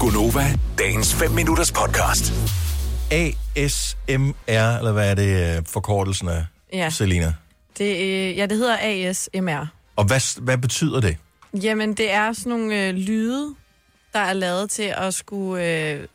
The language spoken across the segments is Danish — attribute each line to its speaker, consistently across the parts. Speaker 1: Gunova, dagens 5 minutters podcast.
Speaker 2: ASMR, eller hvad er det øh, forkortelsen af,
Speaker 3: Ja.
Speaker 2: Selina?
Speaker 3: Det, øh, ja, det hedder ASMR.
Speaker 2: Og hvad, hvad betyder det?
Speaker 3: Jamen, det er sådan nogle øh, lyde, der er lavet til at skulle øh,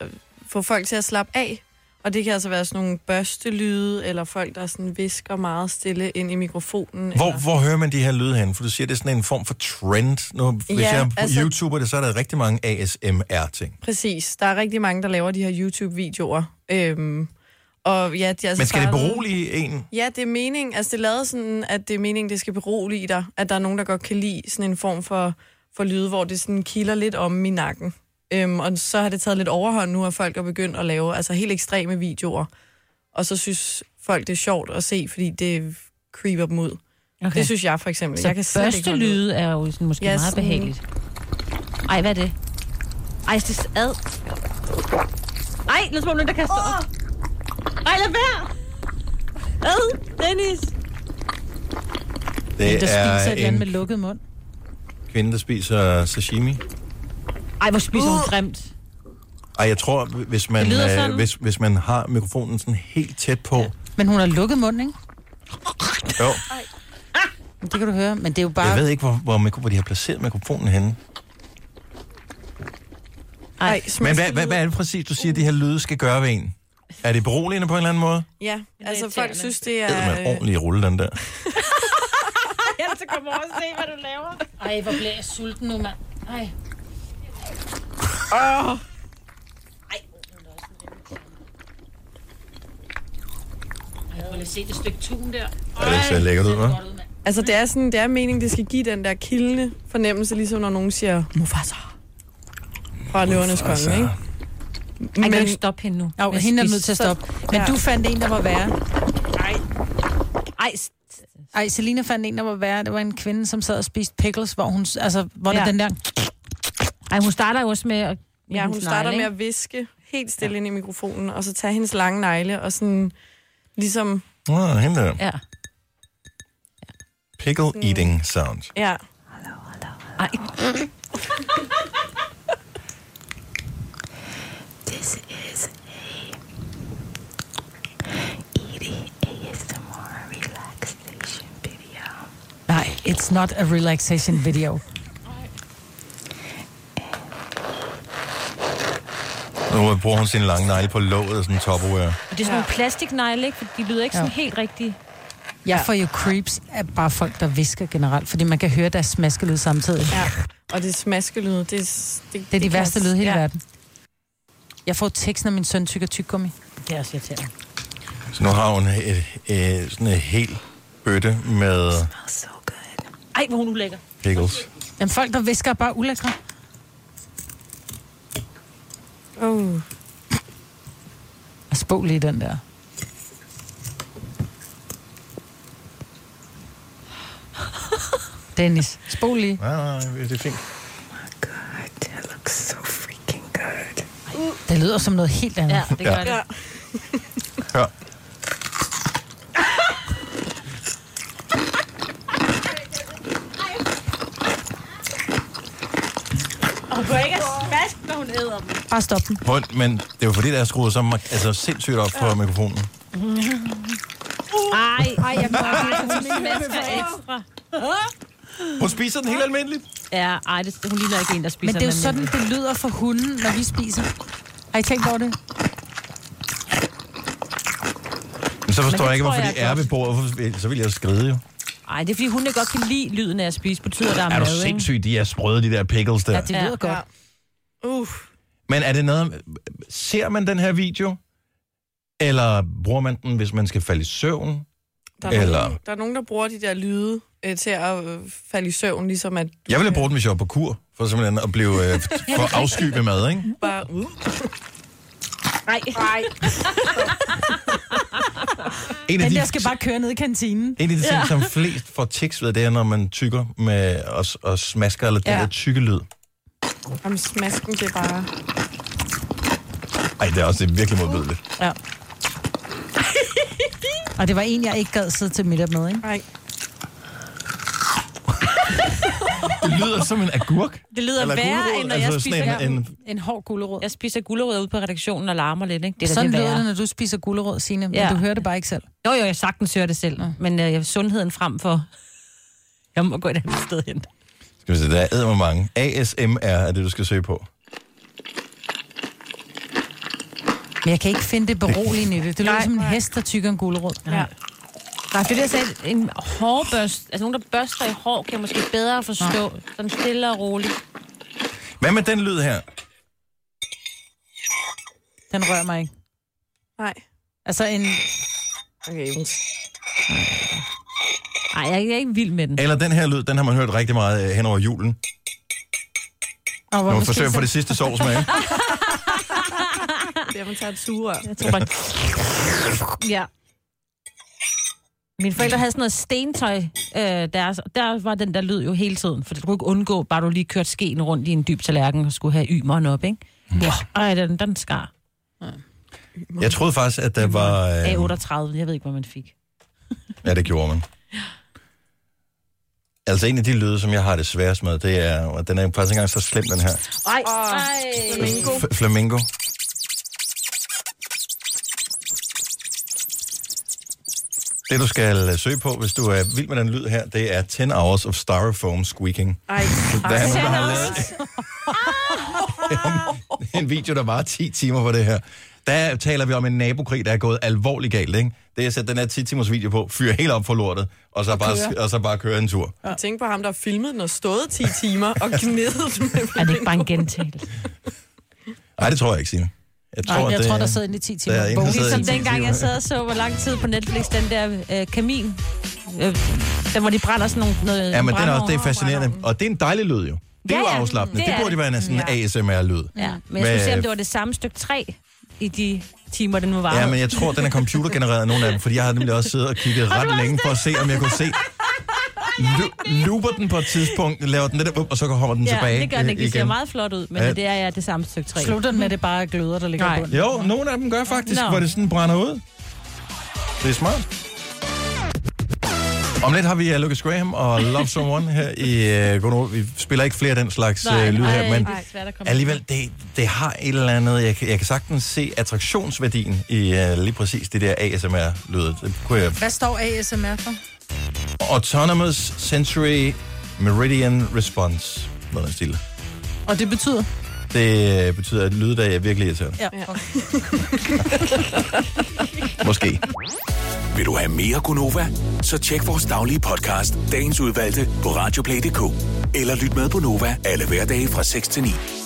Speaker 3: få folk til at slappe af. Og det kan altså være sådan nogle børstelyde, eller folk, der sådan visker meget stille ind i mikrofonen.
Speaker 2: Hvor,
Speaker 3: eller...
Speaker 2: hvor hører man de her lyde hen? For du siger, det er sådan en form for trend. Nu, hvis
Speaker 3: Ja,
Speaker 2: jeg er på altså...
Speaker 3: altså-
Speaker 2: YouTuber det, så er der rigtig mange ASMR-ting.
Speaker 3: Præcis. Der er rigtig mange, der laver de her YouTube-videoer. Øhm, og ja, de er altså
Speaker 2: Men skal det
Speaker 3: startet-
Speaker 2: berolige en?
Speaker 3: Ja, det er meningen. Altså, det er lavet sådan, at det er meningen, det skal berolige dig. At der er nogen, der godt kan lide sådan en form for, for lyde, hvor det sådan kilder lidt om i nakken. Øhm, og så har det taget lidt overhånd nu, at folk er begyndt at lave altså helt ekstreme videoer. Og så synes folk, det er sjovt at se, fordi det creeper dem ud. Okay. Det synes jeg for eksempel.
Speaker 4: Så
Speaker 3: jeg kan slet ikke
Speaker 4: første
Speaker 3: holde ud.
Speaker 4: lyde er jo sådan, måske
Speaker 3: Ja,
Speaker 4: yes. meget
Speaker 3: sådan-
Speaker 4: behageligt. Ej, hvad er det? Ej, det er ad. Ej, lad os prøve der kaster op. Ej, lad være! Ad, Dennis!
Speaker 2: Det
Speaker 5: Der
Speaker 2: er
Speaker 5: spiser et eller andet med
Speaker 2: en
Speaker 5: lukket mund.
Speaker 2: kvinde, der spiser sashimi.
Speaker 4: Ej, hvor spiser
Speaker 3: Uh!
Speaker 4: hun grimt.
Speaker 2: Ej, jeg tror, hvis man,
Speaker 4: Det lyder
Speaker 2: øh,
Speaker 4: sådan.
Speaker 2: hvis, hvis man har mikrofonen sådan helt tæt på... Ja.
Speaker 5: Men hun har lukket mund, ikke?
Speaker 2: Jo,
Speaker 5: Men Det kan du høre, men det er jo
Speaker 2: jeg
Speaker 5: bare...
Speaker 2: ved ikke, hvor, hvor, mikro- hvor de har placeret mikrofonen henne.
Speaker 3: Ej,
Speaker 2: Men
Speaker 3: smaske
Speaker 2: hvad, hvad,
Speaker 3: lyde.
Speaker 2: hvad er det præcis, du siger, de her lyde skal gøre ved en? Er det beroligende på en eller anden måde?
Speaker 3: Ja, altså folk
Speaker 4: irriterende.
Speaker 3: synes, det
Speaker 2: Det er
Speaker 3: er... øh,
Speaker 2: man ordentlig rulle, den der.
Speaker 4: Ja, så kom over og se, hvad du laver.
Speaker 5: Ej, hvor bliver jeg sulten nu, mand. Ej.
Speaker 4: Ej, prøv lige at se det stykke tun der.
Speaker 2: Ja, det ser lækkert ud, hva'?
Speaker 3: Altså, det er, sådan, det er meningen, det skal give den der kildende fornemmelse, ligesom når nogen siger Mufasa fra Løvernes Konge, ikke?
Speaker 4: Ej, kan du
Speaker 3: Men,
Speaker 4: ikke stoppe hende nu?
Speaker 5: Jo,
Speaker 4: Med at
Speaker 5: hende er
Speaker 4: spise.
Speaker 5: nødt til at stoppe. Men
Speaker 3: Ja.
Speaker 5: du fandt en, der var værre.
Speaker 4: Ej, s-
Speaker 5: Ej, Selina fandt en, der var værre. Det var en kvinde, som sad og spiste pickles, hvor hun... Altså, hvor ja.
Speaker 4: Ja.
Speaker 5: den der...
Speaker 4: ej, hun starter jo også med at... med
Speaker 3: ja, hun
Speaker 4: hendes
Speaker 3: starter
Speaker 4: negle,
Speaker 3: med
Speaker 4: ikke?
Speaker 3: at viske helt stille ja. ind i mikrofonen, og så tager hendes lange negle og sådan ligesom,
Speaker 2: Nå, hende der.
Speaker 4: Ja.
Speaker 2: Pickle eating sound.
Speaker 3: ja,
Speaker 4: Ej,
Speaker 6: This is a eating ASMR relaxation video.
Speaker 5: Nej, it's not a relaxation video.
Speaker 2: Nu bruger hun sin lange negle på låget og sådan en topwear.
Speaker 4: og det er sådan nogle plastiknegle, ikke? For de lyder ikke sådan helt rigtige.
Speaker 5: Jeg får jo creeps af bare folk, der visker generelt, fordi man kan høre deres smaskelyd samtidig.
Speaker 3: ja. Og det smaskelyde, det, det, det,
Speaker 5: Det er de
Speaker 3: kan-
Speaker 5: værste lyde i hele
Speaker 3: ja.
Speaker 5: ja. verden. Jeg får tekst, når min søn tykker tyggegummi.
Speaker 4: Det er også irriterende.
Speaker 2: Så nu har hun et, et, sådan en hel bøtte med
Speaker 6: So good.
Speaker 4: Ej, hvor hun ulækker.
Speaker 2: pickles.
Speaker 5: Jamen, folk, der visker, er bare ulækre.
Speaker 3: Uh,
Speaker 5: Og spå lige den der. Dennis, spol lige.
Speaker 2: Nej, nej, nej, Ah, det er fint.
Speaker 6: God, that looks so freaking good.
Speaker 5: Det lyder som noget helt andet.
Speaker 4: Ja,
Speaker 5: Ja.
Speaker 4: det gør
Speaker 2: Ja.
Speaker 4: det.
Speaker 3: ja.
Speaker 2: Hør.
Speaker 4: Og hun går ikke at smaske, når hun æder dem.
Speaker 5: Bare stop den.
Speaker 2: Prøv, men det er jo fordi, der er skruet så mar- altså, sindssygt op på mikrofonen.
Speaker 4: Ej, ej, jeg går ikke. Hun smasker ekstra.
Speaker 2: Hun spiser den helt almindeligt.
Speaker 4: Ja, ej, det, hun ligner ikke en, der
Speaker 5: Men
Speaker 4: spiser
Speaker 5: det er jo
Speaker 4: den
Speaker 5: sådan,
Speaker 4: almindelige.
Speaker 5: det lyder for hunden, når vi spiser. Har I tænkt over det?
Speaker 2: Men så forstår
Speaker 4: det
Speaker 2: jeg ikke,
Speaker 4: tror
Speaker 2: hvorfor
Speaker 4: jeg
Speaker 2: de
Speaker 4: er
Speaker 2: er ved bordet. Hvorfor vil- Så vil jeg jo skride jo.
Speaker 4: Ej, det er fordi, hun ikke godt kan lide lyden af at spise, betyder der er,
Speaker 2: Er du
Speaker 4: mad, ikke?
Speaker 2: sindssyg, de er sprøde, de der pickles der.
Speaker 5: Ja, det lyder godt.
Speaker 3: Uh,
Speaker 2: Men er det noget... Ser man den her video? Eller bruger man den, hvis man skal falde i søvn?
Speaker 3: der, er
Speaker 2: Eller-
Speaker 3: nogen, der er nogen, der bruger de der lyde øh, til at øh, falde i søvn, ligesom at du
Speaker 2: Jeg ville bruge den, hvis jeg var på kur, for simpelthen at blive øh, for afsky med mad, ikke?
Speaker 3: bare... Uh,
Speaker 4: Nej,
Speaker 2: En af,
Speaker 5: Den
Speaker 2: de,
Speaker 5: der skal bare køre ned i kantinen.
Speaker 2: en af de ting,
Speaker 4: Ja.
Speaker 2: som flest får tics ved, det er, når man tykker med, og, og smasker, eller den
Speaker 5: Ja.
Speaker 2: der tykke lyd.
Speaker 3: om smasken, det er bare...
Speaker 2: Ej, det er også det er virkelig modbydeligt.
Speaker 5: Ja. Og det var en, jeg ikke gad sidde til middag med, ikke?
Speaker 3: Ej.
Speaker 2: Det lyder som en agurk.
Speaker 4: Det lyder
Speaker 2: Eller
Speaker 4: værre,
Speaker 2: gulerod,
Speaker 4: end når
Speaker 2: altså
Speaker 4: jeg spiser,
Speaker 2: sådan en, en,
Speaker 5: En hård gulerod.
Speaker 4: jeg spiser gulerødder ude på redaktionen og larmer lidt. Ikke? Det er da
Speaker 5: Sådan
Speaker 4: det
Speaker 5: lyder
Speaker 4: værre.
Speaker 5: det, når du spiser gulerod, Signe. Men
Speaker 4: Ja.
Speaker 5: du hører det bare ikke selv.
Speaker 4: Jo, jo, jeg sagtens hører det selv. Men øh, sundheden frem for... Jeg må gå et andet sted hen.
Speaker 2: Skal vi se, der er æder mange. ASMR er det, du skal søge på.
Speaker 5: Men jeg kan ikke finde det beroligende i det. Det lyder som en hest, der tykker en gulerod.
Speaker 4: Ja. Nej, fordi jeg sagde, en hårbørst, altså nogen, der børster i hår, kan jeg måske bedre forstå. Sådan stille og roligt.
Speaker 2: Hvad med den lyd her?
Speaker 5: Den rører mig ikke.
Speaker 3: Nej.
Speaker 5: Altså en...
Speaker 3: Okay, Jens.
Speaker 4: Nej, jeg, jeg er ikke vild med den.
Speaker 2: Eller den her lyd, den har man hørt rigtig meget øh, hen over julen.
Speaker 5: Oh,
Speaker 2: Når man forsøger at få det sidste sovs med. ikke?
Speaker 3: Det er, man tager et sugerør.
Speaker 4: Jeg tror bare... ja. Mine forældre havde sådan noget stentøj øh, deres, og der var den der lyd jo hele tiden, for det kunne ikke undgå, bare du lige kørte skeen rundt i en dyb tallerken og skulle have ymeren op, ikke? Ja. Ej, den, den skar.
Speaker 2: Jeg troede faktisk, at der var... Øh,
Speaker 4: A38, jeg ved ikke, hvad man fik.
Speaker 2: ja, det gjorde man. Altså en af de lyde, som jeg har det sværest med, det er... Og den er faktisk ikke engang så slem, den her.
Speaker 4: Ej,
Speaker 3: Åh.
Speaker 4: ej.
Speaker 3: Flamingo.
Speaker 2: F- flamingo. Det, du skal øh, søge på, hvis du er vild med den lyd her, det er 10 hours of styrofoam squeaking.
Speaker 3: Ej,
Speaker 2: Der er
Speaker 3: ej.
Speaker 2: nogen, der har lavet Ah! en video, der var 10 timer for det her. Der taler vi om en nabokrig, der er gået alvorligt galt, ikke? Det er at sætte den her 10 timers video på, fyre helt op for lortet, og så, bare, og så bare køre en tur.
Speaker 3: Jeg tænker på ham, der filmede den og stået 10 timer og gnedet den med
Speaker 4: Er det ikke bare en gentagelse?
Speaker 2: Nej, det tror jeg ikke, Signe. Jeg tror,
Speaker 5: Nej, jeg
Speaker 2: det,
Speaker 5: tror, der sidder inde i 10 timer.
Speaker 2: der er en, der
Speaker 5: Bogen.
Speaker 2: sidder
Speaker 4: Ligesom
Speaker 2: i 10
Speaker 4: dengang
Speaker 2: timer.
Speaker 4: jeg sad og så, hvor lang tid på Netflix, den der øh, kamin. Øh, den, hvor de brænder sådan nogle, noget
Speaker 2: Ja, men den er også,
Speaker 4: brændeovn.
Speaker 2: det er fascinerende. Og det er en dejlig lyd, jo. Det er
Speaker 4: Ja,
Speaker 2: jo
Speaker 4: ja,
Speaker 2: afslappende.
Speaker 4: det
Speaker 2: Det,
Speaker 4: er
Speaker 2: burde
Speaker 4: det.
Speaker 2: jo være en sådan ASMR-lyd.
Speaker 4: Ja, men jeg skulle se, om det var det samme stykke træ i de timer, den nu var.
Speaker 2: Ja, men jeg tror, den er computergenereret nogle af dem, fordi jeg har nemlig også siddet og kigget ret længe for at se, om jeg kunne se. Lu- looper den på et tidspunkt, laver den lidt op, og så kommer den
Speaker 4: ja,
Speaker 2: tilbage.
Speaker 4: det gør den ikke.
Speaker 2: øh,
Speaker 4: Det ser
Speaker 2: igen.
Speaker 4: meget flot ud, men
Speaker 2: Ja.
Speaker 4: ja. det er ja, det samme stykke træ.
Speaker 5: Slutter den med, at det bare er gløder, der ligger
Speaker 4: Nej.
Speaker 5: i bunden.
Speaker 2: Jo, nogle af dem gør faktisk,
Speaker 4: Nå.
Speaker 2: hvor det sådan brænder ud. Det er smart. Om lidt har vi uh, Lucas Graham og Love Someone her i uh, Godnår. Vi spiller ikke flere af den slags uh, lyd her, men
Speaker 4: det er svært at komme
Speaker 2: alligevel, det, det har et eller andet. Jeg kan, jeg kan sagtens se attraktionsværdien i uh, lige præcis det der ASMR-lyd. Det kunne jeg
Speaker 5: Hvad står ASMR for?
Speaker 2: Autonomous Sensory Meridian Response. Noget af stille.
Speaker 5: Og det betyder?
Speaker 2: Det øh, betyder, at lyde, der er virkelig irriterende.
Speaker 5: Ja.
Speaker 2: Måske.
Speaker 1: Vil du have mere Gunova? Så tjek vores daglige podcast, dagens udvalgte, på radioplay.dk. Eller lyt med på Nova alle hverdage fra 6 til 9.